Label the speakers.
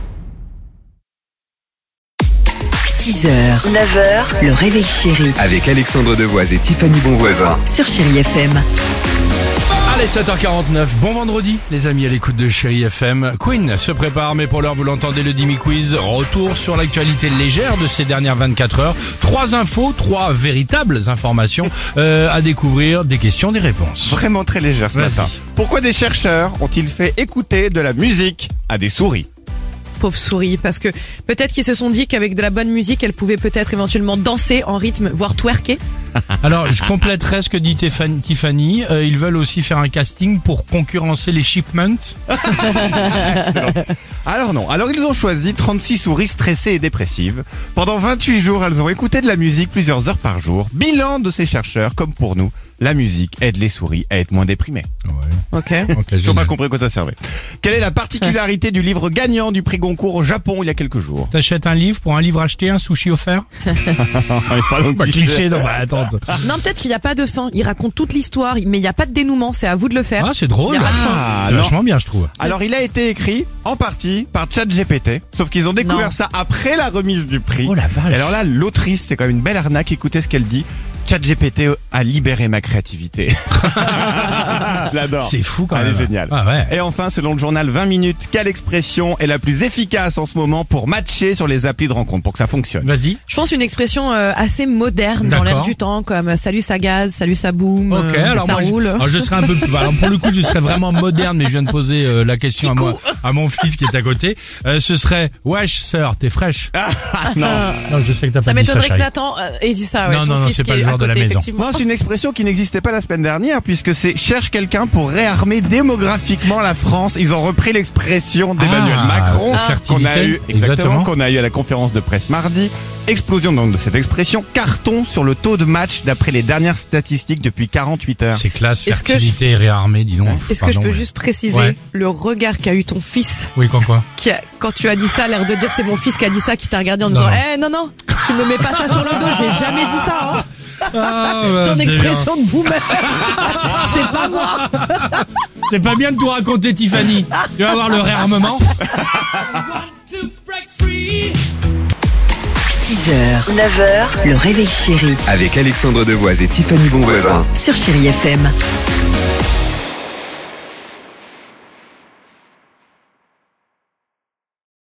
Speaker 1: 6h, 9h, le réveil chéri
Speaker 2: Avec Alexandre Devoise et Tiffany Bonvoisin.
Speaker 1: sur Chéri FM.
Speaker 3: Allez, 7h49, bon vendredi, les amis à l'écoute de Chéri FM. Queen se prépare, mais pour l'heure, vous l'entendez, le Dimi Quiz. Retour sur l'actualité légère de ces dernières 24 heures. Trois infos, trois véritables informations euh, à découvrir, des questions, des réponses.
Speaker 4: vraiment très légère ce
Speaker 3: Vas-y.
Speaker 4: matin. Pourquoi des chercheurs ont-ils fait écouter de la musique à des souris
Speaker 5: pauvres souris parce que peut-être qu'ils se sont dit qu'avec de la bonne musique, elles pouvaient peut-être éventuellement danser en rythme, voire twerker.
Speaker 3: Alors, je compléterai ce que dit Tiffany- Tiffany. Euh, ils veulent aussi faire un casting pour concurrencer les Shipments.
Speaker 4: Alors non, alors ils ont choisi 36 souris stressées et dépressives. Pendant 28 jours, elles ont écouté de la musique plusieurs heures par jour. Bilan de ces chercheurs, comme pour nous, la musique aide les souris à être moins déprimées.
Speaker 3: Ouais, ok,
Speaker 5: Ok.
Speaker 4: Ils n'ont
Speaker 3: génial.
Speaker 4: pas compris à quoi ça servait. Quelle est la particularité du livre gagnant du prix Goncourt au Japon il y a quelques jours
Speaker 3: T'achètes un livre pour un livre acheté, un sushi offert
Speaker 5: Ah,
Speaker 3: Pas cliché, non, bah attends.
Speaker 5: Non, peut-être qu'il n'y a pas de fin. Ils racontent toute l'histoire, mais il n'y a pas de dénouement. C'est à vous de le faire.
Speaker 3: Ah, c'est drôle.
Speaker 5: Y a pas de
Speaker 4: Ah,
Speaker 3: C'est
Speaker 4: non.
Speaker 3: vachement bien, je trouve.
Speaker 4: Alors il a été écrit en partie par ChatGPT, sauf qu'ils ont découvert
Speaker 5: Non.
Speaker 4: ça après la remise du prix.
Speaker 3: Oh la vache.
Speaker 4: Et Alors là, l'autrice, c'est quand même une belle arnaque. Écoutez ce qu'elle dit. ChatGPT a libéré ma créativité. Je l'adore.
Speaker 3: C'est fou quand
Speaker 4: Elle
Speaker 3: même.
Speaker 4: est géniale.
Speaker 3: Ah ouais.
Speaker 4: Et enfin, selon le journal 20 minutes, quelle expression est la plus efficace en ce moment pour matcher sur les applis de rencontre, pour que ça fonctionne
Speaker 3: Vas-y.
Speaker 5: Je pense une expression euh, assez moderne dans
Speaker 3: D'accord.
Speaker 5: l'air du temps, comme euh, salut ça gaz, salut ça boum,
Speaker 3: Ok,
Speaker 5: euh,
Speaker 3: alors
Speaker 5: ça
Speaker 3: moi, je- Oh,
Speaker 5: roule.
Speaker 3: alors, Je, serais un peu plus. alors, pour le coup, je serais vraiment moderne, mais je viens de poser euh, la question à, moi, à mon fils qui est à côté. Euh, ce serait Wesh, sœur, t'es fraîche.
Speaker 5: Euh,
Speaker 3: Non, je sais que t'as
Speaker 5: ça
Speaker 3: pas dit ça.
Speaker 5: m'étonnerait que
Speaker 3: chérie.
Speaker 5: Nathan euh, ait dit ça. Ouais,
Speaker 3: Non,
Speaker 5: ton
Speaker 3: non, non,
Speaker 5: fils
Speaker 3: c'est
Speaker 5: qui
Speaker 3: pas le
Speaker 5: est à
Speaker 3: genre de la
Speaker 5: côté,
Speaker 3: maison.
Speaker 5: effectivement.
Speaker 4: Non, c'est une expression qui n'existait pas la semaine dernière, puisque c'est cherche quelqu'un pour réarmer démographiquement la France. Ils ont repris l'expression d'Emmanuel
Speaker 3: Ah,
Speaker 4: Macron
Speaker 3: la
Speaker 4: qu'on
Speaker 3: fertilité.
Speaker 4: a eu
Speaker 3: Exactement.
Speaker 4: exactement qu'on a eu à la conférence de presse mardi. Explosion donc de cette expression, carton sur le taux de match d'après les dernières statistiques depuis 48 heures.
Speaker 3: C'est classe,
Speaker 5: Est-ce que
Speaker 3: fertilité réarmée, dis donc.
Speaker 5: Est-ce que je
Speaker 3: Pardon,
Speaker 5: peux
Speaker 3: mais-
Speaker 5: juste préciser
Speaker 3: Ouais.
Speaker 5: le regard qu'a eu ton fils
Speaker 3: Oui, quand quoi
Speaker 5: qui a- quand tu as dit ça, l'air de dire c'est mon fils qui a dit ça, qui t'a regardé en
Speaker 3: Non,
Speaker 5: disant
Speaker 3: non.
Speaker 5: Eh non, non, tu me mets pas ça sur le dos, j'ai jamais dit ça, hein.
Speaker 3: Ah, ouais,
Speaker 5: Ton
Speaker 3: déjà.
Speaker 5: expression de boomer C'est pas moi
Speaker 3: C'est pas bien de tout raconter, Tiffany. Tu vas avoir le réarmement.
Speaker 1: 6h, 9h, le réveil chéri
Speaker 2: Avec Alexandre Devoise et Tiffany Bonvoisin.
Speaker 1: sur Chéri FM.